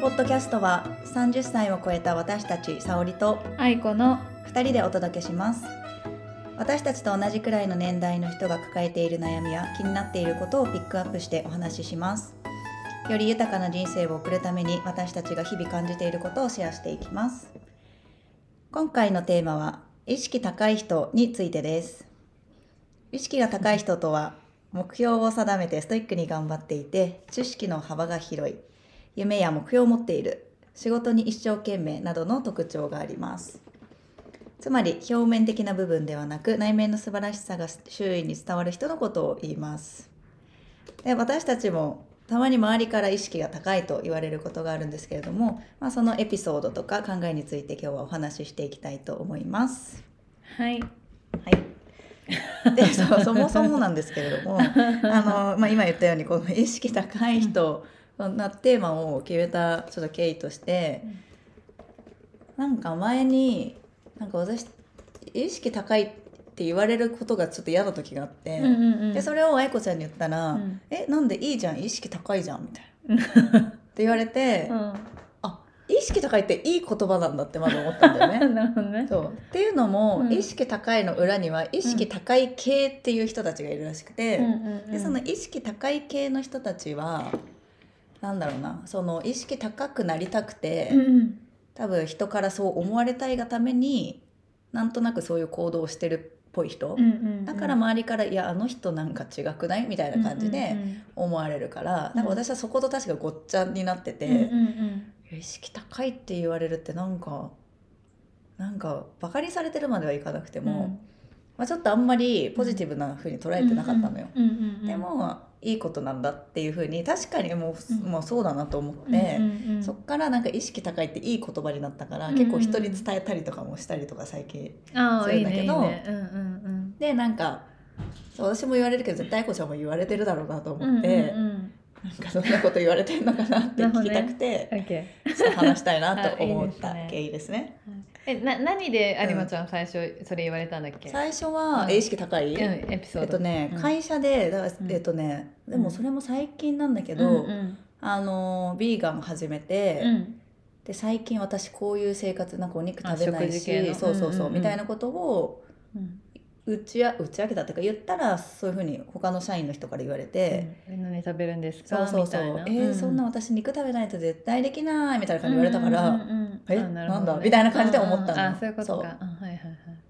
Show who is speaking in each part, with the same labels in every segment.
Speaker 1: ポッドキャストは30歳を超えた私たち沙織と
Speaker 2: 愛子の
Speaker 1: 2人でお届けします私たちと同じくらいの年代の人が抱えている悩みや気になっていることをピックアップしてお話ししますより豊かな人生を送るために私たちが日々感じていることをシェアしていきます今回のテーマは意識高い人についてです意識が高い人とは目標を定めてストイックに頑張っていて知識の幅が広い夢や目標を持っている仕事に一生懸命などの特徴がありますつまり表面的な部分ではなく内面の素晴らしさが周囲に伝わる人のことを言いますで私たちもたまに周りから意識が高いと言われることがあるんですけれども、まあ、そのエピソードとか考えについて今日はお話ししていきたいと思います。
Speaker 2: はい
Speaker 1: はい、でそそもそもなんですけれど もあの、まあ、今言ったようにこの意識高い人なテーマを決めたちょっと経緯としてなんか前になんか私意識高いって言われることがちょっと嫌な時があって、
Speaker 2: うんうんうん
Speaker 1: でそれを愛子ちゃんに言ったら「
Speaker 2: うん
Speaker 1: えなんでいいじゃん意識高いじゃん」みたい な。って言われて、
Speaker 2: う
Speaker 1: あ意識高いっていい言葉なんだってまず思ったんだよね。
Speaker 2: んなるほどね
Speaker 1: そうっていうのも、
Speaker 2: うん
Speaker 1: 意識高いの裏には意識高い系っていう人たちがいるらしくて、
Speaker 2: うんうんうん
Speaker 1: でその意識高い系の人たちはなんだろうなその意識高くなりたくて、
Speaker 2: うんうん
Speaker 1: 多分人からそう思われたいがためになんとなくそういう行動をしてるっぽい人、
Speaker 2: うんうんうん
Speaker 1: だから周りから「いやあの人なんか違くない?」みたいな感じ
Speaker 2: う
Speaker 1: で
Speaker 2: ん
Speaker 1: 思われるから、
Speaker 2: ん
Speaker 1: なんか私はそこと確かごっちゃになってて。
Speaker 2: うんうんうんうん
Speaker 1: 意識高いって言われるってなんかなんかバカにされてるまではいかなくても、まあ、ちょっとあんまりポジティブな風に捉えてなかったのよ。
Speaker 2: うんうんうんうんうん
Speaker 1: でもいいことなんだっていう風に確かにもう,、
Speaker 2: うん
Speaker 1: もうそうだなと思って、
Speaker 2: うんうんうん
Speaker 1: そっからなんか意識高いっていい言葉になったから、
Speaker 2: うん
Speaker 1: 結構人に伝えたりとかもしたりとか最近。
Speaker 2: あ
Speaker 1: す
Speaker 2: あ
Speaker 1: る
Speaker 2: い
Speaker 1: ん
Speaker 2: い
Speaker 1: だ
Speaker 2: ね
Speaker 1: け
Speaker 2: いい
Speaker 1: ど
Speaker 2: ねうんうん
Speaker 1: でなんかそう私も言われるけど絶対愛子ちゃんも言われてるだろうなと
Speaker 2: うんうん
Speaker 1: 思って、
Speaker 2: うんうん
Speaker 1: なんかどんなこと言われてるのかなって聞きたくて、
Speaker 2: うん OK
Speaker 1: ちょっと話したいなと思っ
Speaker 2: あ
Speaker 1: た
Speaker 2: いいですね
Speaker 1: 経緯ですね。
Speaker 2: えな何で有馬ちゃん最初それ言われたんだっけ、うん、
Speaker 1: 最初は、
Speaker 2: うん
Speaker 1: え意識高い、え
Speaker 2: エピソード
Speaker 1: っとね、
Speaker 2: うん
Speaker 1: 会社でだから
Speaker 2: うん
Speaker 1: えっとね、
Speaker 2: ん
Speaker 1: でもそれも最近なんだけど、
Speaker 2: うんうん
Speaker 1: あのビーガンを始めて、
Speaker 2: うん
Speaker 1: で最近私こういう生活なんかお肉食べな
Speaker 2: あ
Speaker 1: い
Speaker 2: 食事
Speaker 1: し、
Speaker 2: 系の
Speaker 1: そうそうそう、
Speaker 2: うんうんうん
Speaker 1: みたいなことを
Speaker 2: うん
Speaker 1: 打ちあ打ち明けたっていうか言ったらそういうふうに他の社員の人から言われて、
Speaker 2: うん、何食べるんです
Speaker 1: そ
Speaker 2: か
Speaker 1: うそうそう
Speaker 2: みたいな
Speaker 1: 「えーそんな私肉食べないと絶対できない」みたいな感じで言われたから、
Speaker 2: うんうんうんうん
Speaker 1: え
Speaker 2: あるほど
Speaker 1: なんだみたいな感じで思ったの
Speaker 2: ああそういうこと
Speaker 1: そう
Speaker 2: かあはいはいはい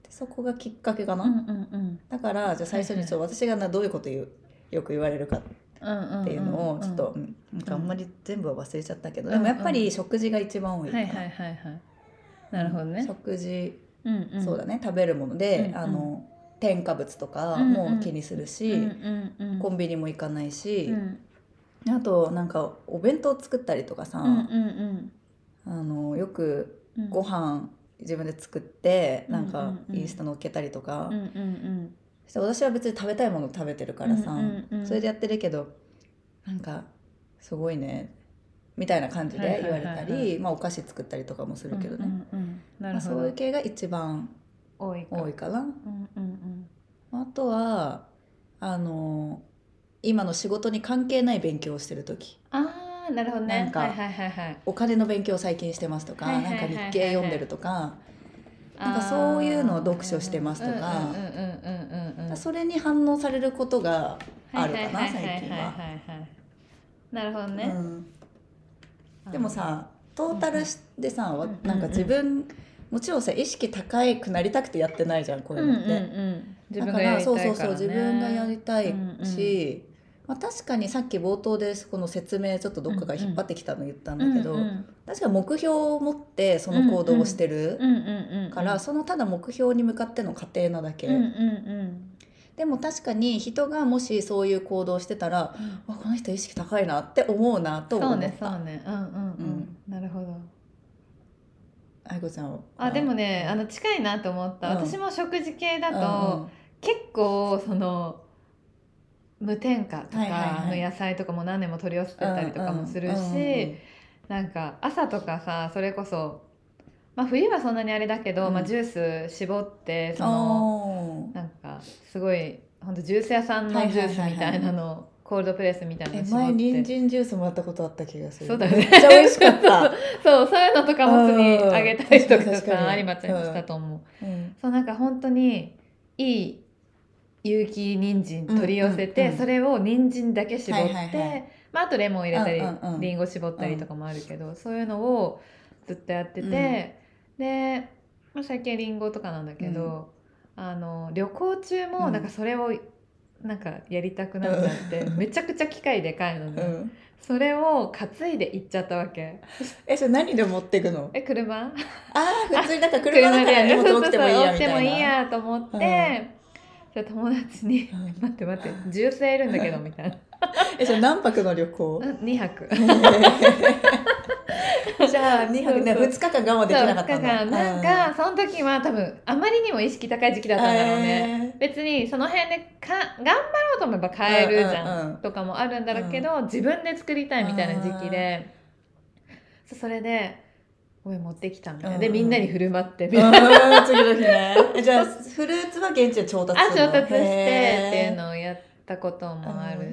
Speaker 1: でそこがきっかけかな、
Speaker 2: うんうんうん
Speaker 1: だからじゃあ最初にちょっと私がなどういうこと言うよく言われるか
Speaker 2: うんんん
Speaker 1: っていうのをちょっと、うんなんかあんまり全部は忘れちゃったけど、でもやっぱり食事が一番多いか
Speaker 2: は
Speaker 1: ら、
Speaker 2: いはいはいはいなるほどね
Speaker 1: 食事、
Speaker 2: うんうん
Speaker 1: そうだね食べるもので、
Speaker 2: うん
Speaker 1: あの添加物とか
Speaker 2: うん
Speaker 1: も気にするし、
Speaker 2: うんうんうん
Speaker 1: コンビニも行かないし
Speaker 2: う、ん
Speaker 1: あとなんかお弁当作ったりとかさ、
Speaker 2: うんうん
Speaker 1: あのよく
Speaker 2: うん
Speaker 1: ご飯自分で作って、
Speaker 2: うん
Speaker 1: なん
Speaker 2: う
Speaker 1: か
Speaker 2: んうん
Speaker 1: インスタ乗っけたりとか、
Speaker 2: うんうんうん
Speaker 1: そして私は別に食べたいもの食べてるからさ、
Speaker 2: うんうんうん
Speaker 1: それでやってるけどなんかすごいねみたいな感じで言われた
Speaker 2: はいはいはい
Speaker 1: りまあお菓子作ったりとかもするけどね、
Speaker 2: うんうんうん
Speaker 1: ま
Speaker 2: なる
Speaker 1: あ、
Speaker 2: ほ
Speaker 1: そういう
Speaker 2: ど
Speaker 1: 系が一番
Speaker 2: 多いか
Speaker 1: 多いかな。
Speaker 2: うんうん
Speaker 1: あとはあの今の仕事に関係ない勉強をしてる時
Speaker 2: うんああなるほどね
Speaker 1: なんか
Speaker 2: はいはいはいはい
Speaker 1: お金の勉強を最近してますとか、
Speaker 2: はいはいはいはいはい
Speaker 1: なんか日経読んでるとか、なんかそういうのを読書してますとか
Speaker 2: うんうんうんうんうんうんうん
Speaker 1: それに反応されることがあるかな、
Speaker 2: はいはいはい
Speaker 1: 最近
Speaker 2: い
Speaker 1: は。
Speaker 2: いいいなるほど
Speaker 1: う
Speaker 2: ね、
Speaker 1: んでもさトータルでさ、わ
Speaker 2: うんうん
Speaker 1: なんか自分もちろんさ意識高くなりたくてやってないじゃんこ
Speaker 2: う
Speaker 1: うんいううんのって、
Speaker 2: うん自
Speaker 1: だ
Speaker 2: 分
Speaker 1: か
Speaker 2: が
Speaker 1: ら
Speaker 2: やり
Speaker 1: そう
Speaker 2: た
Speaker 1: そう
Speaker 2: い
Speaker 1: そ
Speaker 2: か
Speaker 1: う
Speaker 2: ら
Speaker 1: 自分がやり
Speaker 2: ね
Speaker 1: たい
Speaker 2: うんうん
Speaker 1: し、まあ、確かにさっき冒頭でこの説明ちょっとどっかが引っ張ってきたの言ったんだけど、
Speaker 2: うんうん
Speaker 1: 確かに目標を持ってその行動をして
Speaker 2: う
Speaker 1: る
Speaker 2: んうんうん
Speaker 1: から、そのただ目標に向かっての過程なだけ、
Speaker 2: うんうんうん
Speaker 1: でも確かに人がもしそういう行動をしてたらあこの人意識高いなって思うなと思
Speaker 2: そう
Speaker 1: った
Speaker 2: ねそうねうんうんうんなるほど
Speaker 1: 愛子ちゃんは
Speaker 2: あでもねあの近いなと思った、
Speaker 1: うん
Speaker 2: 私も食事系だ
Speaker 1: うんう
Speaker 2: と、
Speaker 1: ん
Speaker 2: 結構その無添加とか
Speaker 1: はいはいは
Speaker 2: の
Speaker 1: い
Speaker 2: 野菜とかも何年も取り寄せてたりとかもするし、
Speaker 1: うんうんうん
Speaker 2: なんか朝とかさそれこそ、まあ、冬はそんなにあれだけど、
Speaker 1: うん
Speaker 2: まあ、ジュース絞ってその
Speaker 1: あ
Speaker 2: なんかすごいほんとジュース屋さんのジュースみたいなのをコールドプレスみたいな
Speaker 1: え
Speaker 2: の
Speaker 1: 前
Speaker 2: 絞
Speaker 1: 人
Speaker 2: って
Speaker 1: 参ジュースもらったことあった気がする
Speaker 2: そうだよね
Speaker 1: めっちゃ美味しか った、
Speaker 2: そうそういうのとかも普通にあげたりと
Speaker 1: うん確かに
Speaker 2: か
Speaker 1: 確
Speaker 2: さ
Speaker 1: かに
Speaker 2: 有馬ちゃんにしたと思う、
Speaker 1: うん
Speaker 2: そうなんか本当にいい有機人参取り寄せて、
Speaker 1: うんうんうん
Speaker 2: それを人参だけ絞って、
Speaker 1: はいはいはい
Speaker 2: まあ、あとレモン入れたり、
Speaker 1: うんうんうん
Speaker 2: リンゴ絞ったりとかもあるけど、そういうのをずっとやってて、
Speaker 1: うん
Speaker 2: で、まあ、最近はリンゴとかなんだけど、あの旅行中もなんかそれをなんかやりたくなっちゃって、
Speaker 1: うん
Speaker 2: めちゃくちゃ機械でかいの
Speaker 1: う
Speaker 2: で、
Speaker 1: ん、
Speaker 2: それを担いで行っちゃったわけ。
Speaker 1: えそれ何で持ってくの
Speaker 2: え車
Speaker 1: ああ普通になんか車だから荷物多くてもいいやみたいな
Speaker 2: そうそうそう多くてもいいやと思って、じゃあ友達 に
Speaker 1: うん
Speaker 2: 「待って待って重生いるんだけど」みたいな
Speaker 1: えそれ何泊の旅行
Speaker 2: うん2泊
Speaker 1: じゃあ2泊ね
Speaker 2: そうそう
Speaker 1: 2日間我慢できなかったんだ
Speaker 2: そう二日間なんかその時は多分あまりにも意識高い時期だったんだろうね、別にその辺でか頑張ろうと思えば買えるじゃん,、
Speaker 1: うんうんうん
Speaker 2: とかもあるんだろうけど、自分で作りたいみたいな時期で、そうそれで「おい持ってきた」みたいな、で
Speaker 1: うんうん
Speaker 2: みんなに振る舞ってみ
Speaker 1: え
Speaker 2: たい
Speaker 1: ー
Speaker 2: な
Speaker 1: うん次の日 ねえじゃあフルーツは現地で調達
Speaker 2: あ
Speaker 1: するの
Speaker 2: 調達してっていう
Speaker 1: へ
Speaker 2: のをやったこともあ
Speaker 1: ー
Speaker 2: る
Speaker 1: で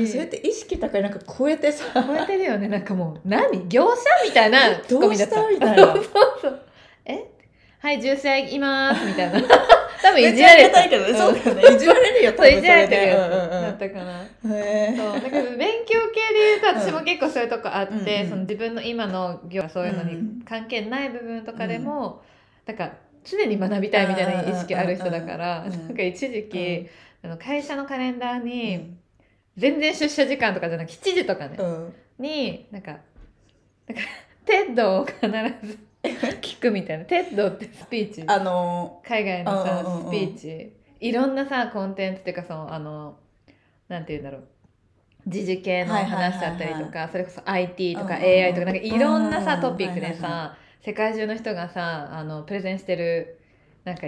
Speaker 1: も
Speaker 2: し、
Speaker 1: それって意識高いなんか超えてさ
Speaker 2: 超えてるよねなんかもう何業者みたいなツッ
Speaker 1: ど
Speaker 2: コ
Speaker 1: う
Speaker 2: ミだ
Speaker 1: し
Speaker 2: った
Speaker 1: たみたいな
Speaker 2: そうそうえはい重生いますみ たいな多分いじられた
Speaker 1: めっちゃありがたいけどねそううんだよねいじられるよ
Speaker 2: そういじられてるやつ
Speaker 1: うんうんうん
Speaker 2: だったかな、
Speaker 1: へ
Speaker 2: そう
Speaker 1: ー
Speaker 2: だから勉強系で言うと私も結構そういうとこあって、
Speaker 1: うんうん
Speaker 2: その自分の今の業はそういうのに関係ない部分とかでも、なんか常に学びたいみたいな意識ある人だから、
Speaker 1: うんうんうんうん
Speaker 2: なんか一時期、あの会社のカレンダーに、
Speaker 1: うん
Speaker 2: 全然出社時間とかじゃなくて7時とかね、
Speaker 1: うん
Speaker 2: になんかなんか テッドを必ず聞くみたいなテッドってスピーチ
Speaker 1: あの
Speaker 2: 海外のさ
Speaker 1: うんうんうんうん
Speaker 2: スピーチいろんなさコンテンツっていうかそのあのなんて言うんだろう時事系の
Speaker 1: はいはいはいはい
Speaker 2: 話だったりとかそれこそ IT と
Speaker 1: う
Speaker 2: か
Speaker 1: んうんうん
Speaker 2: AI とかなんかいろんな
Speaker 1: う
Speaker 2: さ
Speaker 1: んうんう
Speaker 2: ト
Speaker 1: ん
Speaker 2: ピックで
Speaker 1: はいはい
Speaker 2: さ世界中の人がさあのプレゼンしてるなんか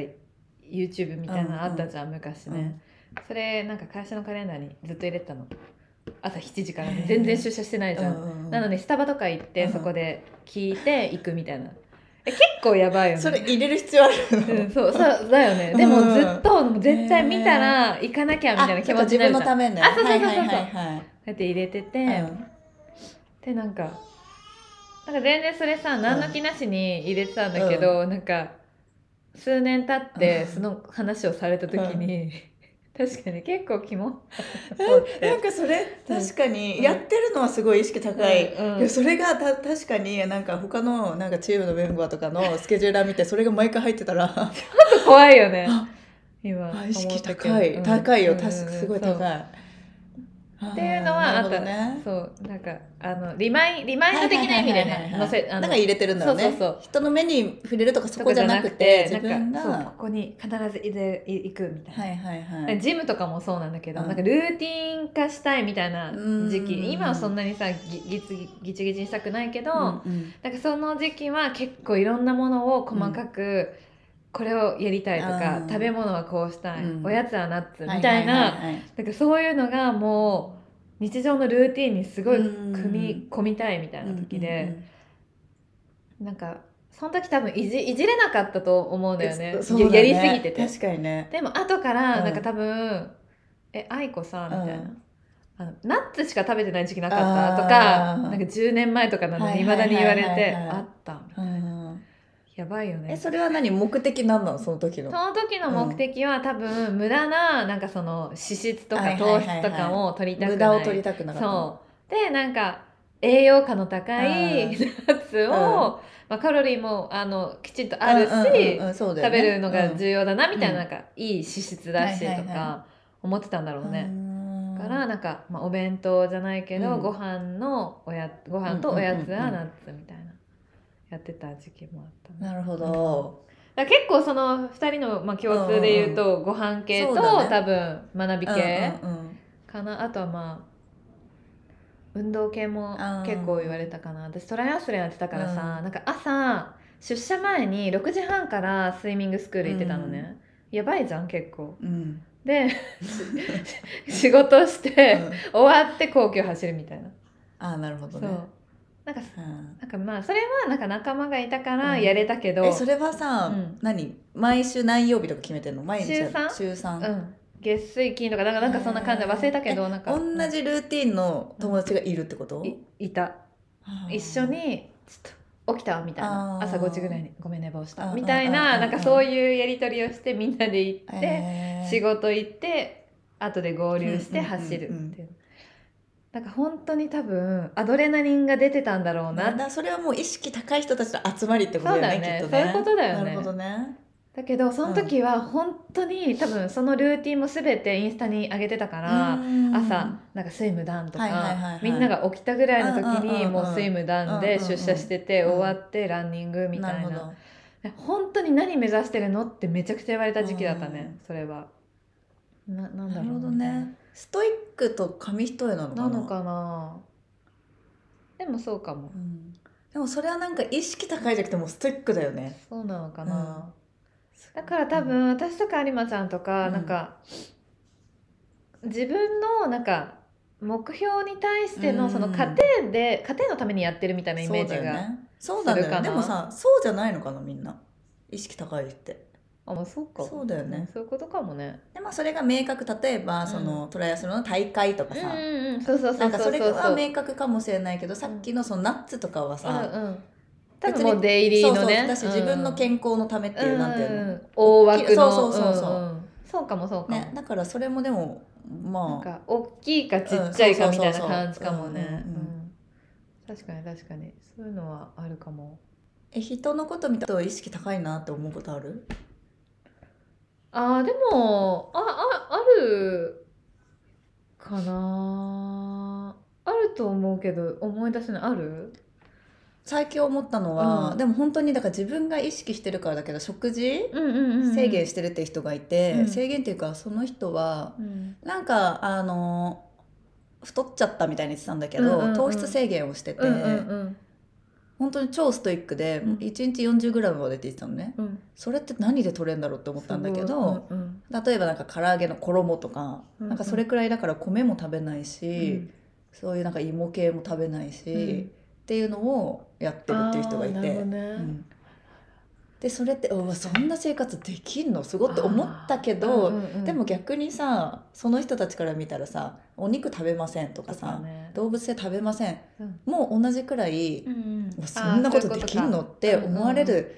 Speaker 2: YouTube みたいなのあったじゃん昔
Speaker 1: う
Speaker 2: ね
Speaker 1: ん
Speaker 2: それなんか会社のカレンダーにずっと入れてたの朝7時から全然出社してないじゃんなの
Speaker 1: で
Speaker 2: でスタバとか行って
Speaker 1: うん
Speaker 2: そこで聞いて行くみたいなえ結構やばいよね
Speaker 1: それ入れる必要ある
Speaker 2: うん、
Speaker 1: の
Speaker 2: そうそうだよねでも
Speaker 1: うん
Speaker 2: ずっともう絶対見たら行かなきゃみたいな気持ち
Speaker 1: 自
Speaker 2: にな
Speaker 1: 分の
Speaker 2: るじ
Speaker 1: た
Speaker 2: ゃんこ
Speaker 1: めね
Speaker 2: あそうそうそうそ
Speaker 1: は
Speaker 2: う
Speaker 1: いはいは
Speaker 2: うやって入れてて、
Speaker 1: いはいうん
Speaker 2: でなんかなんか全然それさ何の気なしに入れてたんだけど、なんか数年経って
Speaker 1: うん
Speaker 2: その話をされた時に、確かに結構 キモ
Speaker 1: なんかそれ確かにやってるのはすごい意識高い、
Speaker 2: うんうん
Speaker 1: いやそれがた確かになんか他のなんかチームのメンバーとかのスケジューラー見てそれが毎回入ってたら
Speaker 2: 怖いよね
Speaker 1: あ
Speaker 2: 今
Speaker 1: あ意識
Speaker 2: 思ったけど
Speaker 1: 高い、
Speaker 2: うん
Speaker 1: 高いよ
Speaker 2: うん
Speaker 1: 確かすごい
Speaker 2: そう
Speaker 1: 高い。
Speaker 2: っていうのは
Speaker 1: ーな
Speaker 2: あ
Speaker 1: るほ
Speaker 2: っ
Speaker 1: ど
Speaker 2: た、
Speaker 1: ね。
Speaker 2: そうなんかあのリマイリマインド的な意味で
Speaker 1: はいはいはいはい
Speaker 2: ね
Speaker 1: はい
Speaker 2: 載せあ
Speaker 1: なん
Speaker 2: の
Speaker 1: か入れてるんだろうね
Speaker 2: そうそうそう
Speaker 1: 人の目に触れるとかそこじゃなくて
Speaker 2: とか
Speaker 1: 自
Speaker 2: じゃなくて
Speaker 1: 分が
Speaker 2: なんかそうここに必ず入れい行くみたいな、
Speaker 1: はいはいはい。
Speaker 2: ジムとかもそうなんだけど、
Speaker 1: うん
Speaker 2: なんかルーティン化したいみたいな時
Speaker 1: うん
Speaker 2: 期今はそんなにさぎぎつぎぎちぎちにしたくないけど、
Speaker 1: うんうん
Speaker 2: なんかその時期は結構いろんなものを細かく、これをやりたいとか、
Speaker 1: うん
Speaker 2: 食べ物はこうしたい、
Speaker 1: うん
Speaker 2: おやつはナッツみたいな、なんかそういうのがもう日常のルーティンにすごい組み込みたいみたいな時で。なんかその時多分いじいじれなかったと思うんだよね
Speaker 1: そうだね
Speaker 2: ややりすぎてて
Speaker 1: 確かにね。
Speaker 2: でも後から
Speaker 1: うん
Speaker 2: なんか多分「え愛子さん」みたいな、
Speaker 1: う
Speaker 2: あの「ナッツしか食べてない時期なかった」とか
Speaker 1: あー
Speaker 2: なんか10年前とかなの
Speaker 1: はい
Speaker 2: にい
Speaker 1: はいは
Speaker 2: ま
Speaker 1: い
Speaker 2: だに言われ
Speaker 1: はい
Speaker 2: て
Speaker 1: は
Speaker 2: 「
Speaker 1: いはい
Speaker 2: あった
Speaker 1: うん」
Speaker 2: やばいよね
Speaker 1: え
Speaker 2: そ
Speaker 1: それは何目的何なのその時の。
Speaker 2: の時の目的は多分無駄ななんかその脂質と
Speaker 1: は
Speaker 2: か
Speaker 1: いはいは
Speaker 2: 糖
Speaker 1: いはい
Speaker 2: 質とかを取りたく
Speaker 1: 無
Speaker 2: ない,、
Speaker 1: 駄を取りたくなかったの。
Speaker 2: そうでなんか栄養価の高い
Speaker 1: うん
Speaker 2: ナッツ
Speaker 1: う
Speaker 2: を、
Speaker 1: ん
Speaker 2: まあ、カロリーもあのきちんとあるし、
Speaker 1: 食
Speaker 2: 食べるのが
Speaker 1: 重
Speaker 2: 重要だなみた
Speaker 1: う
Speaker 2: いな,、
Speaker 1: ん
Speaker 2: なんかいい脂質だし
Speaker 1: はい
Speaker 2: と
Speaker 1: はいは
Speaker 2: か思ってたんだろうね。
Speaker 1: ね
Speaker 2: だからなんか、まあ、お弁当じゃないけど、
Speaker 1: うん
Speaker 2: ご飯のおやご飯とおやつ
Speaker 1: うんうんう
Speaker 2: は
Speaker 1: んうん
Speaker 2: ナッツみたいなやってた時期もあったね、
Speaker 1: なるほど。
Speaker 2: だから結構その2人の、まあ、共通で言うと、ご飯系と、
Speaker 1: そうだね
Speaker 2: 多分学び系
Speaker 1: うんうんうん
Speaker 2: かなあとはまあ運動系も結構言われたかな私トライアスロンやってたからさ、
Speaker 1: うん
Speaker 2: なんか朝出社前に6時半からスイミングスクール行ってたのね、やばいじゃん結構
Speaker 1: うん
Speaker 2: で 仕事して、
Speaker 1: うん
Speaker 2: 終わって皇居走るみたいな、
Speaker 1: あーなるほ
Speaker 2: そ
Speaker 1: ど
Speaker 2: う
Speaker 1: ね。
Speaker 2: なんか
Speaker 1: うん
Speaker 2: なんかまあそれはなんか仲間がいたから
Speaker 1: うん
Speaker 2: やれたけど、うん、
Speaker 1: えそれはさ
Speaker 2: うん
Speaker 1: 何毎週何曜日とか決めてんの毎日やる
Speaker 2: 週三
Speaker 1: 週三
Speaker 2: うん月水金とかなんかなんかそんな感じで忘れたけどなんか
Speaker 1: 同じルーティンの友達がいるってこと
Speaker 2: いいた一緒にちょっと起きたみたいな
Speaker 1: あー
Speaker 2: 朝5時ぐらいにごめん寝坊し
Speaker 1: うんうん
Speaker 2: た
Speaker 1: うん
Speaker 2: みたいななんかそういうやり取りをしてみんなで行って
Speaker 1: えー
Speaker 2: 仕事行って後で合流して走る
Speaker 1: うんうんうんうん
Speaker 2: っていうなんか本当に多分アドレナリンが出てたんだろうな
Speaker 1: なんだそれはもう意識高い人たちの集まりってこと
Speaker 2: そう
Speaker 1: だよ
Speaker 2: だ
Speaker 1: ね
Speaker 2: ね
Speaker 1: きっと
Speaker 2: そう
Speaker 1: ね
Speaker 2: いうことだよ
Speaker 1: な
Speaker 2: ね
Speaker 1: るほどね
Speaker 2: だけどその時は本当に多分そのルーティンも全てインスタに上げてたから、
Speaker 1: うん
Speaker 2: 朝なんかスイムダンとか、
Speaker 1: はいはいはいはい
Speaker 2: みんなが起きたぐらいの時
Speaker 1: うんうんうん
Speaker 2: に
Speaker 1: うん
Speaker 2: もうスイムダンで出社してて
Speaker 1: うんうんうん
Speaker 2: 終わってランニングみたいな
Speaker 1: るほど
Speaker 2: 本当に何目指してるのってめちゃくちゃ言われた時期だったね、
Speaker 1: う
Speaker 2: それはななん
Speaker 1: な
Speaker 2: だろ
Speaker 1: る
Speaker 2: う
Speaker 1: ほどねストイックと紙一重なのかな
Speaker 2: なのかなでもそうかも
Speaker 1: うんでもそれはなんか意識高いじゃなくてもうストイックだよね
Speaker 2: そうなのかな、だから多分私とか有馬ちゃんとか、
Speaker 1: うん
Speaker 2: なんか自分のなんか目標に対して
Speaker 1: う
Speaker 2: の
Speaker 1: ん
Speaker 2: その家庭で、家庭のためにやってるみたいなイメージ
Speaker 1: そう
Speaker 2: が
Speaker 1: だよねそうなんだよ
Speaker 2: するか
Speaker 1: ねで
Speaker 2: な
Speaker 1: もさそうじゃないのかなみんな意識高いって
Speaker 2: あまあそうか
Speaker 1: そうだよね
Speaker 2: そういうことかもね
Speaker 1: でまあそれが明確例えばその、トライアスロンの大会とか
Speaker 2: う
Speaker 1: さ、
Speaker 2: んうんうんそうそうそ
Speaker 1: な
Speaker 2: うん
Speaker 1: か
Speaker 2: そ
Speaker 1: そうれ
Speaker 2: そう
Speaker 1: は
Speaker 2: そううん
Speaker 1: 明確かもしれないけど、さっきのそのナッツとかはさ、
Speaker 2: うん多
Speaker 1: 別
Speaker 2: 分
Speaker 1: に
Speaker 2: もうデイリーのね
Speaker 1: そうそうだし自分の健康のためっていう、なんていうの、
Speaker 2: ん大枠の
Speaker 1: そうそうそうそうん
Speaker 2: んそうかもそうかも、
Speaker 1: ね、だからそれもでも
Speaker 2: なん
Speaker 1: まあ
Speaker 2: か大きいかちっちゃいか
Speaker 1: うん
Speaker 2: み
Speaker 1: そう
Speaker 2: た
Speaker 1: そ
Speaker 2: い
Speaker 1: そうそう
Speaker 2: うな感じかもね、
Speaker 1: う
Speaker 2: うん
Speaker 1: う
Speaker 2: ん
Speaker 1: んうん
Speaker 2: 確かに確かにそういうのはあるかも
Speaker 1: え人のこと見たと意識高いなって思うことある
Speaker 2: あーでもあああるかなあると思うけど思い出せないある
Speaker 1: 最近思ったのは、
Speaker 2: うん
Speaker 1: でも本当にだから自分が意識してるからだけど食事
Speaker 2: うんうんうんうん
Speaker 1: 制限してるって人がいて、
Speaker 2: うん
Speaker 1: 制限っていうかその人は
Speaker 2: うん
Speaker 1: なんかあの太っちゃったみたいに言ってたんだけど、
Speaker 2: うんうんうん
Speaker 1: 糖質制限をしてて、
Speaker 2: うんうん
Speaker 1: 本当に超ストイックで
Speaker 2: うん
Speaker 1: 1日 40g までって言ってたのね
Speaker 2: うん
Speaker 1: それって何で取れるんだろうって思ったんだけど、
Speaker 2: うんうん
Speaker 1: 例えばなんか唐揚げの衣とか、
Speaker 2: うんうん
Speaker 1: なんかそれくらいだから米も食べないし、
Speaker 2: うん
Speaker 1: そういうなんか芋系も食べないし、
Speaker 2: うん
Speaker 1: っていうのをやってるっていう人がい
Speaker 2: あーなるほ
Speaker 1: て
Speaker 2: ど、ね
Speaker 1: うんでそれってうわそんな生活できんのすごって思ったけ
Speaker 2: あー
Speaker 1: ど、
Speaker 2: うんうんうん
Speaker 1: でも逆にさその人たちから見たらさお肉食べませんとか
Speaker 2: そうだ
Speaker 1: さ、
Speaker 2: ね
Speaker 1: 動物性食べません、
Speaker 2: うん
Speaker 1: もう同じくらい、
Speaker 2: うんうん
Speaker 1: うわそんなことできんの
Speaker 2: あ
Speaker 1: って思われる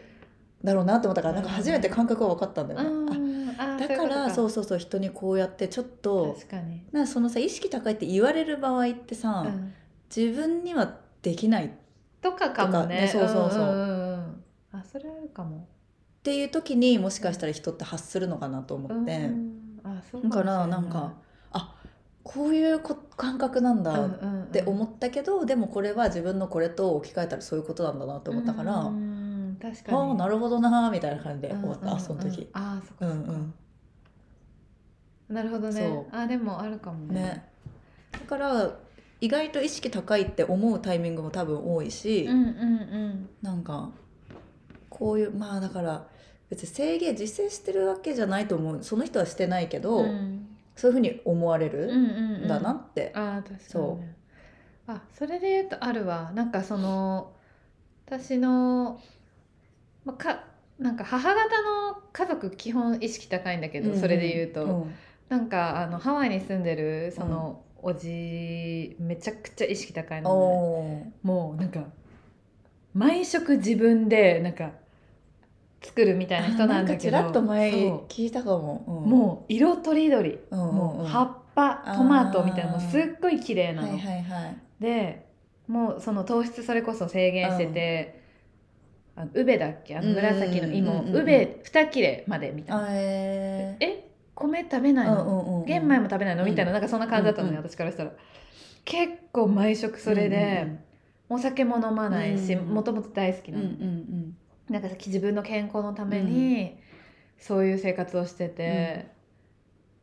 Speaker 1: だろうなと思ったから
Speaker 2: う
Speaker 1: なんんか初めて感覚が分かったんだ
Speaker 2: ー
Speaker 1: よね。あだから
Speaker 2: そ
Speaker 1: そう
Speaker 2: いう
Speaker 1: そうそう人にこうやってちょっ
Speaker 2: こと
Speaker 1: と
Speaker 2: 確かに
Speaker 1: なんかそのさ意識高いって言われる場合ってさ、
Speaker 2: うん
Speaker 1: 自分にはできないっ
Speaker 2: とかかもね。
Speaker 1: とかねそうそうそうん
Speaker 2: んんうんあ、それあるかも。
Speaker 1: ていう時にもしかしたら人って発するのかなと思って、
Speaker 2: うんあ、そう
Speaker 1: だ
Speaker 2: もし
Speaker 1: か
Speaker 2: れい
Speaker 1: らなんか、あこういうこ感覚なん
Speaker 2: うん
Speaker 1: だっ
Speaker 2: うんうん、って
Speaker 1: 思ったけど、でもこれは自分のこれと置き換えたらそういうことなんだなと思ったから、
Speaker 2: うんうん、確かに。
Speaker 1: ああなるほどなーみたいな感じで
Speaker 2: う
Speaker 1: 終
Speaker 2: んうん
Speaker 1: わ
Speaker 2: う
Speaker 1: っ
Speaker 2: ん
Speaker 1: た、あその時。
Speaker 2: あ、そっ
Speaker 1: う
Speaker 2: か
Speaker 1: ん
Speaker 2: そっか。
Speaker 1: うん
Speaker 2: なるほど
Speaker 1: そ
Speaker 2: ね。あ、でもあるかもね。
Speaker 1: ね、だから意外と意識高いって思うタイミングも多分多いし、
Speaker 2: うんうん
Speaker 1: なんかこういうまあだから別に制限自制してるわけじゃないと思うその人はしてないけ
Speaker 2: う
Speaker 1: ど、
Speaker 2: ん。うん
Speaker 1: そういうふうに思われ
Speaker 2: う
Speaker 1: る
Speaker 2: んうんうん
Speaker 1: んだなって。
Speaker 2: あー確かに、ね、
Speaker 1: そ
Speaker 2: あそれで言うとあるわなんかその私の、まあ、かなんか母方の家族基本意識高いんだけど、それで言うと、
Speaker 1: うん
Speaker 2: なんかあのハワイに住んでるその、おじめちゃくちゃ意識高
Speaker 1: お
Speaker 2: いの、ね、
Speaker 1: お
Speaker 2: もうなんか毎食自分でなんか作るみたいな人なんだけど
Speaker 1: あなんかちらっと前
Speaker 2: そ
Speaker 1: 聞いたかも、
Speaker 2: うもう色とりどり、
Speaker 1: うん、うん
Speaker 2: もう
Speaker 1: うん
Speaker 2: 葉っぱ
Speaker 1: あー
Speaker 2: トマトみたいなもうすっごい綺麗な
Speaker 1: は
Speaker 2: の、
Speaker 1: いはいはい
Speaker 2: でもうその糖質それこそ制限してて、あのウベだっけあの紫の芋、
Speaker 1: うんうんうんうんうん
Speaker 2: ウベ2切れまでみたい
Speaker 1: あ
Speaker 2: な、
Speaker 1: えー
Speaker 2: え米食べないの、
Speaker 1: うんうんうんうん
Speaker 2: 玄米も食べないの、みたいななんかそんな感じだったのね、
Speaker 1: うん
Speaker 2: 私からしたら結構毎食それで、お酒も飲まないし
Speaker 1: うん
Speaker 2: もともと大好き
Speaker 1: う
Speaker 2: なん
Speaker 1: うん
Speaker 2: の、
Speaker 1: うん
Speaker 2: なんか自分の健康のために、そういう生活をしてて、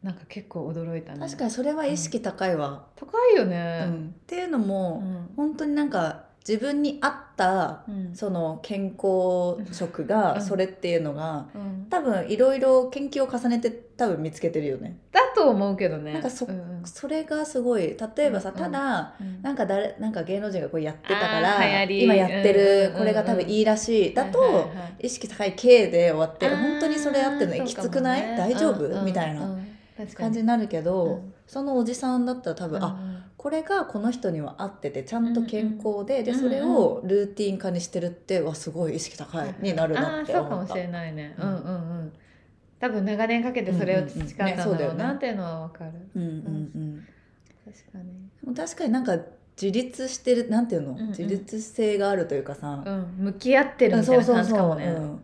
Speaker 2: なんか結構驚いた
Speaker 1: う
Speaker 2: ね
Speaker 1: ん、確かにそれは意識高いわ、
Speaker 2: 高いよ
Speaker 1: う
Speaker 2: ね、
Speaker 1: んっていうのも、
Speaker 2: うん
Speaker 1: 本当になんか自分に合った
Speaker 2: うん
Speaker 1: その健康食が
Speaker 2: うん
Speaker 1: それっていうのが
Speaker 2: うん
Speaker 1: 多分いろいろ研究を重ねて多分見つけてるよね。
Speaker 2: だと思うけどね
Speaker 1: なんかそ
Speaker 2: うんうん
Speaker 1: それがすごい例えばさ
Speaker 2: うん
Speaker 1: ただ
Speaker 2: うん
Speaker 1: なんか誰なんか芸能人がこうやってたから
Speaker 2: あー流行り
Speaker 1: 今やってる
Speaker 2: うん
Speaker 1: これが多分いいらしいだ
Speaker 2: はいは
Speaker 1: と
Speaker 2: いはい
Speaker 1: 意識高い K で終わって
Speaker 2: あー
Speaker 1: 本当にそれあってるの
Speaker 2: そう
Speaker 1: え
Speaker 2: かも
Speaker 1: きつくない
Speaker 2: ね
Speaker 1: 大丈
Speaker 2: うんうんう
Speaker 1: 夫
Speaker 2: ん
Speaker 1: みたい
Speaker 2: うん
Speaker 1: な。
Speaker 2: うん確か
Speaker 1: 感
Speaker 2: に
Speaker 1: じになるけど、
Speaker 2: うん
Speaker 1: そのおじさんだったら多分、あこれがこの人には合っててちゃんと健康で,、で
Speaker 2: うんうん
Speaker 1: それをルーティン化にしてるってわすごい意識高いになる
Speaker 2: あ
Speaker 1: な
Speaker 2: あ
Speaker 1: って
Speaker 2: そうか
Speaker 1: 思
Speaker 2: も
Speaker 1: っ。
Speaker 2: したれないねうんうんうん多分長年かけてそれを培ったんだろうなっていうのはわかる
Speaker 1: うんうん
Speaker 2: 確かに
Speaker 1: うん、確かになんか自立してるなんていうの、
Speaker 2: んうん
Speaker 1: 自立性があるというかさ、
Speaker 2: うん向き合ってるみたい
Speaker 1: そう
Speaker 2: な
Speaker 1: そう
Speaker 2: 感じか
Speaker 1: そ
Speaker 2: も
Speaker 1: う、
Speaker 2: ね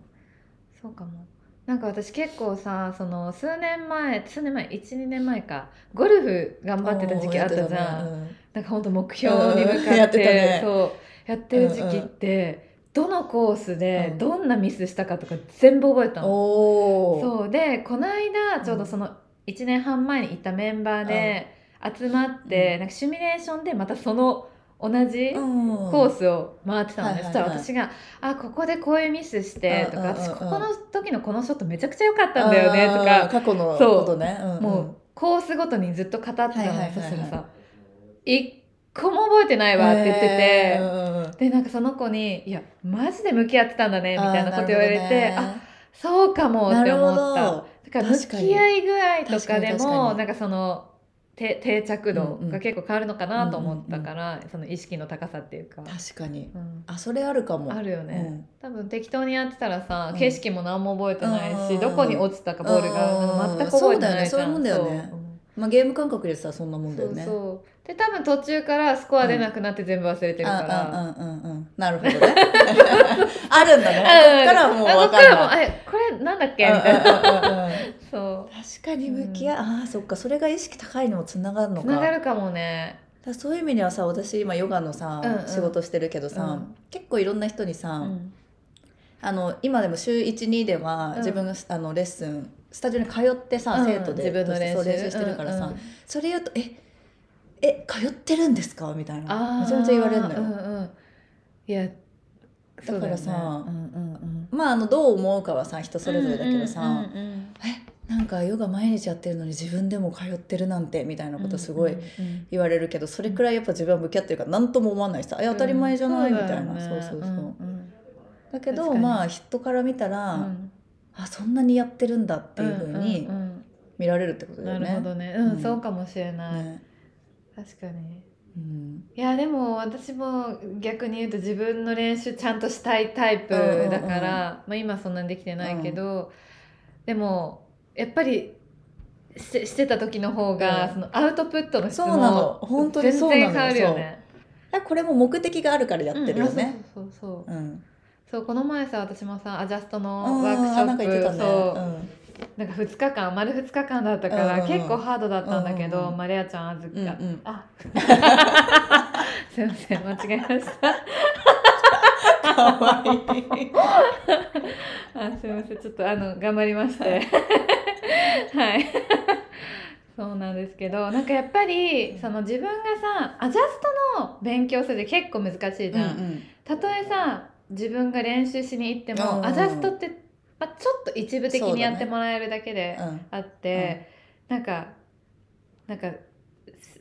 Speaker 2: そうかもなんか私結構さその数年前数年前12年前かゴルフ頑張ってた時期あったじゃん、
Speaker 1: ん
Speaker 2: なんか本当目標に向かって,、
Speaker 1: うんやってたね
Speaker 2: そうやってる時期って、どのコースで
Speaker 1: うん
Speaker 2: どんなミスしたかとか全部覚えたの、
Speaker 1: おお
Speaker 2: そうでこの間ちょうどその1年半前に行ったメンバーで集まって、
Speaker 1: うん
Speaker 2: なんかシミュレーションでまたその同じ
Speaker 1: うん
Speaker 2: コースを回ってたのね、
Speaker 1: はいはい
Speaker 2: そしたら
Speaker 1: はい
Speaker 2: 私が「あここでこういうミスして」とか
Speaker 1: う
Speaker 2: 「
Speaker 1: んうんうんうん
Speaker 2: 私ここの時のこのショットめちゃくちゃ良かったんだよね」と
Speaker 1: あー
Speaker 2: か
Speaker 1: 過去のことね、んん
Speaker 2: もうコースごとにずっと語ってたの、
Speaker 1: はいはいはいはい
Speaker 2: そしたらさ「一個も覚えてないわ」って言ってて。
Speaker 1: えーうんうんうん
Speaker 2: でなんかその子に「いやマジで向き合ってたんだね」みたいなこと言われ
Speaker 1: あー
Speaker 2: て「あ,、そうかも」って思っ
Speaker 1: なる
Speaker 2: た
Speaker 1: ほど
Speaker 2: だから向
Speaker 1: 確かに
Speaker 2: き合い具合とかで
Speaker 1: 確かに確か
Speaker 2: も
Speaker 1: に
Speaker 2: なんかそのて定着度
Speaker 1: うんう
Speaker 2: が
Speaker 1: ん
Speaker 2: 結構変わるのかなと思ったから、その意識の高さっていうか、
Speaker 1: 確かに
Speaker 2: うん
Speaker 1: あそれあるかも
Speaker 2: あるよ
Speaker 1: う
Speaker 2: ね、
Speaker 1: ん
Speaker 2: 多分適当にやってたらさ、
Speaker 1: うん
Speaker 2: 景色も何も覚えてないし、
Speaker 1: うん
Speaker 2: どこに落ちたかボール
Speaker 1: う
Speaker 2: が、
Speaker 1: ん
Speaker 2: なんか全く覚えてないじゃん
Speaker 1: そうだよねそういうもんだよねまあ、ゲーム感覚でさそんなもんだ
Speaker 2: そう,、
Speaker 1: よね
Speaker 2: そうそうで多分途中からスコア出なくなって全部忘れてるから、
Speaker 1: あうんうんうんうんなるほど ねあるんだねこっからはもう
Speaker 2: あこ
Speaker 1: 分
Speaker 2: っ
Speaker 1: か
Speaker 2: からもう、
Speaker 1: んない
Speaker 2: あれ、これなんだっけみたいな。
Speaker 1: うんうんうんうん
Speaker 2: そ
Speaker 1: 確かに向き合い、ああそっかそれが意識高いのもつながる
Speaker 2: う。
Speaker 1: の
Speaker 2: つ
Speaker 1: か
Speaker 2: ながるかもね。
Speaker 1: だからそういう意味ではさ私今ヨガのさ、
Speaker 2: うんうん
Speaker 1: 仕事してるけどさ、
Speaker 2: うん
Speaker 1: 結構いろんな人にさ、
Speaker 2: うん。
Speaker 1: あの今でも週12では
Speaker 2: うん
Speaker 1: 自分が、あのレッスンスタジオに通ってさ、生徒で
Speaker 2: 自分の練
Speaker 1: と
Speaker 2: 習
Speaker 1: してそう練習してるからさ、
Speaker 2: うんうん
Speaker 1: それ言うと「ええ通ってるんですか?」みたい
Speaker 2: あ
Speaker 1: な
Speaker 2: ー
Speaker 1: めちゃめちゃ言われるのよ。
Speaker 2: うんうんいや、そうよね
Speaker 1: だからさ
Speaker 2: うんうんうん。
Speaker 1: まあ、あのどう思うかはさ人それぞれだけどさ、
Speaker 2: うんうん
Speaker 1: なんかヨガ毎日やってるのに自分でも通ってるなんてみたいな
Speaker 2: うん
Speaker 1: ことすごい
Speaker 2: うんうん
Speaker 1: 言われるけど、それくらいやっぱ自分は向き合ってるから何とも思わないしさ「え当たり前じゃない」みたいな、そうそうそう。
Speaker 2: ん
Speaker 1: だけ
Speaker 2: 確
Speaker 1: ど
Speaker 2: かに
Speaker 1: まあ人から見たら、
Speaker 2: うん
Speaker 1: あそんなにやってるんだっていうふうに
Speaker 2: んん
Speaker 1: 見られるってこと
Speaker 2: うん
Speaker 1: だ
Speaker 2: な
Speaker 1: よ
Speaker 2: る
Speaker 1: ね。
Speaker 2: ほどね。う
Speaker 1: うん
Speaker 2: ん、そうかもしれない。
Speaker 1: ね
Speaker 2: 確かに。
Speaker 1: うん
Speaker 2: いやでも私も逆に言うと自分の練習ちゃんとしたいタイプだから、まあ、今そんなにできてないけど、でもやっぱりしてしてた時の方が、
Speaker 1: うん
Speaker 2: そのアウトプットの質
Speaker 1: そうなの
Speaker 2: も
Speaker 1: 本当に
Speaker 2: 全
Speaker 1: そう
Speaker 2: 然
Speaker 1: なの
Speaker 2: 変わるよね。
Speaker 1: だからこれも目的があるからやってるよね。
Speaker 2: うんそうそうそうそう
Speaker 1: うん
Speaker 2: そうこの前さ私もさアジャストの
Speaker 1: あ
Speaker 2: ワークショ
Speaker 1: な
Speaker 2: ッ
Speaker 1: ん
Speaker 2: プ
Speaker 1: か言ってたね。
Speaker 2: そう
Speaker 1: うん
Speaker 2: なんか2日間丸2日間だったか
Speaker 1: うん
Speaker 2: ら
Speaker 1: うん
Speaker 2: 結構ハードだったんだけど、
Speaker 1: うんうん
Speaker 2: マレアちゃんあず
Speaker 1: うんう
Speaker 2: か、
Speaker 1: ん、
Speaker 2: あ すいません間違えました。
Speaker 1: かわいい。
Speaker 2: あすみませんちょっとあの頑張りましてはい そうなんですけどなんかやっぱりその自分がさアジャストの勉強するって結構難しいじゃん、たとえさ自分が練習しに行って
Speaker 1: うん
Speaker 2: もアジャストって、まあ、ちょっと一部的にやってもらえるだけで
Speaker 1: うん
Speaker 2: あって、なんかなんか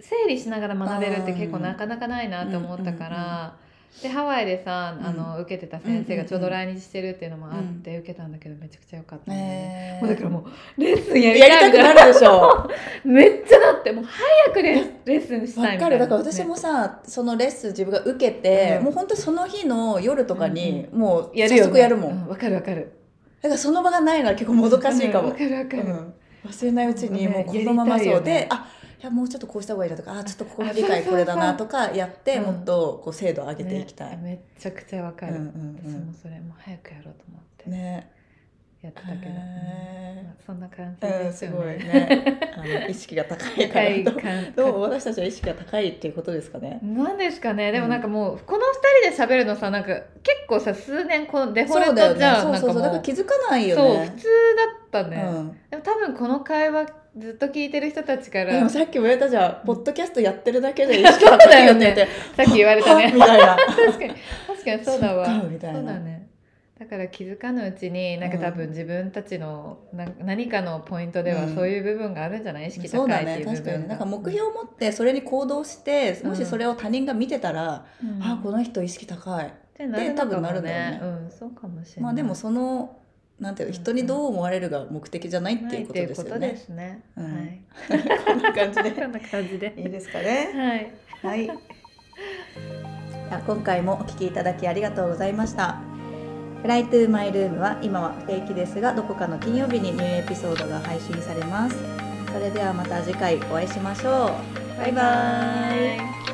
Speaker 2: 整理しながら学べるって結構なかなかないなと思ったから、でハワイでさあの、受けてた先生がちょうど来日してるっていうのもあって、受けたんだけどめちゃくちゃ良かったんだよね、
Speaker 1: ね
Speaker 2: もうだからもうレッスンやり
Speaker 1: やり
Speaker 2: たい
Speaker 1: た
Speaker 2: みたいな
Speaker 1: くなるでし ょ。
Speaker 2: めっちゃだってもう早くレッレッスンしたい
Speaker 1: わ
Speaker 2: み
Speaker 1: か
Speaker 2: た
Speaker 1: る。
Speaker 2: いな
Speaker 1: だから私もさ、そのレッスン自分が受けて、
Speaker 2: うん
Speaker 1: もう本当その日の夜とかに、
Speaker 2: う
Speaker 1: もう
Speaker 2: やる
Speaker 1: 早
Speaker 2: よね
Speaker 1: 速やるもん。
Speaker 2: うわ、かるわかる
Speaker 1: だからその場がないのは結構もどかしいか
Speaker 2: うん
Speaker 1: も
Speaker 2: わ。かるわかる、
Speaker 1: うん忘れないうちに
Speaker 2: ね
Speaker 1: もうこのままそう
Speaker 2: やりたいよ
Speaker 1: で
Speaker 2: ね
Speaker 1: あいやもうちょっとこうした方がいいなとかあちょっとここの
Speaker 2: あ
Speaker 1: 理解
Speaker 2: そうそうそう
Speaker 1: これだなとかやって
Speaker 2: うん
Speaker 1: もっとこう精度を上げていきたい。
Speaker 2: ねめちゃくちゃわか
Speaker 1: うん
Speaker 2: る、
Speaker 1: うん
Speaker 2: 私もそれもう早くやろうと思って
Speaker 1: うんね
Speaker 2: やってたけど、
Speaker 1: へー
Speaker 2: まあそんな感じ
Speaker 1: う
Speaker 2: で
Speaker 1: ん
Speaker 2: す
Speaker 1: す
Speaker 2: よ
Speaker 1: ごい
Speaker 2: ね、
Speaker 1: ねあの意識が高いか
Speaker 2: 高
Speaker 1: ら
Speaker 2: い
Speaker 1: どう
Speaker 2: 感
Speaker 1: どう私たちは意識が高いっていうことですかね。
Speaker 2: なんですかねでもなんかもう、この二人で喋るのさなんか結構さ数年このデフォ
Speaker 1: そう
Speaker 2: ル
Speaker 1: だよ
Speaker 2: トじ
Speaker 1: ね
Speaker 2: ゃん、
Speaker 1: そう
Speaker 2: なん
Speaker 1: そう
Speaker 2: か
Speaker 1: そうだか
Speaker 2: も
Speaker 1: ら
Speaker 2: う
Speaker 1: 気づかないよ
Speaker 2: そう
Speaker 1: ね
Speaker 2: 普。通だったね、
Speaker 1: うん
Speaker 2: でも多分この会話ずっと聞いてる人たちか
Speaker 1: で
Speaker 2: ら
Speaker 1: も
Speaker 2: さ
Speaker 1: さっきも言ったじゃん、ポッドキャストやってるだけで意識が高いよねって
Speaker 2: っき言われた ね
Speaker 1: みたいな。
Speaker 2: 確かに確かに そうだわ
Speaker 1: そっか
Speaker 2: そ
Speaker 1: みたいう
Speaker 2: だ
Speaker 1: な。
Speaker 2: ねだから気づかぬうちになんか多
Speaker 1: うん
Speaker 2: 分自分たちのな何かのポイントでは
Speaker 1: うん
Speaker 2: そういう部分があるんじゃない意識
Speaker 1: そ
Speaker 2: 高
Speaker 1: うだ
Speaker 2: いって
Speaker 1: ね
Speaker 2: いう部分
Speaker 1: 確かになんか目標
Speaker 2: 標、
Speaker 1: を持ってそれに行動して、
Speaker 2: うん
Speaker 1: もしそれを他人が見てたら、
Speaker 2: うん
Speaker 1: あこの人意識高い、
Speaker 2: ってなるの
Speaker 1: で多
Speaker 2: か
Speaker 1: 分な
Speaker 2: も
Speaker 1: るんだ
Speaker 2: ね
Speaker 1: よ
Speaker 2: うんそうかもしれない
Speaker 1: まあでもその
Speaker 2: なんていうの人にどう思われるが目的じゃないっていうことですよね。
Speaker 3: すね。
Speaker 2: うん
Speaker 3: はい。
Speaker 2: こんな感
Speaker 3: こ
Speaker 2: じで
Speaker 3: んな感じで。
Speaker 2: いいですかね。
Speaker 3: はい。
Speaker 2: はい。
Speaker 1: あ今回もお聞きいただきありがとうございました。フライトゥーマイルームは今は不定期ですがどこかの金曜日にニューエピソードが配信されます。それではまた次回お会いしましょう。バイバイ。
Speaker 3: イ。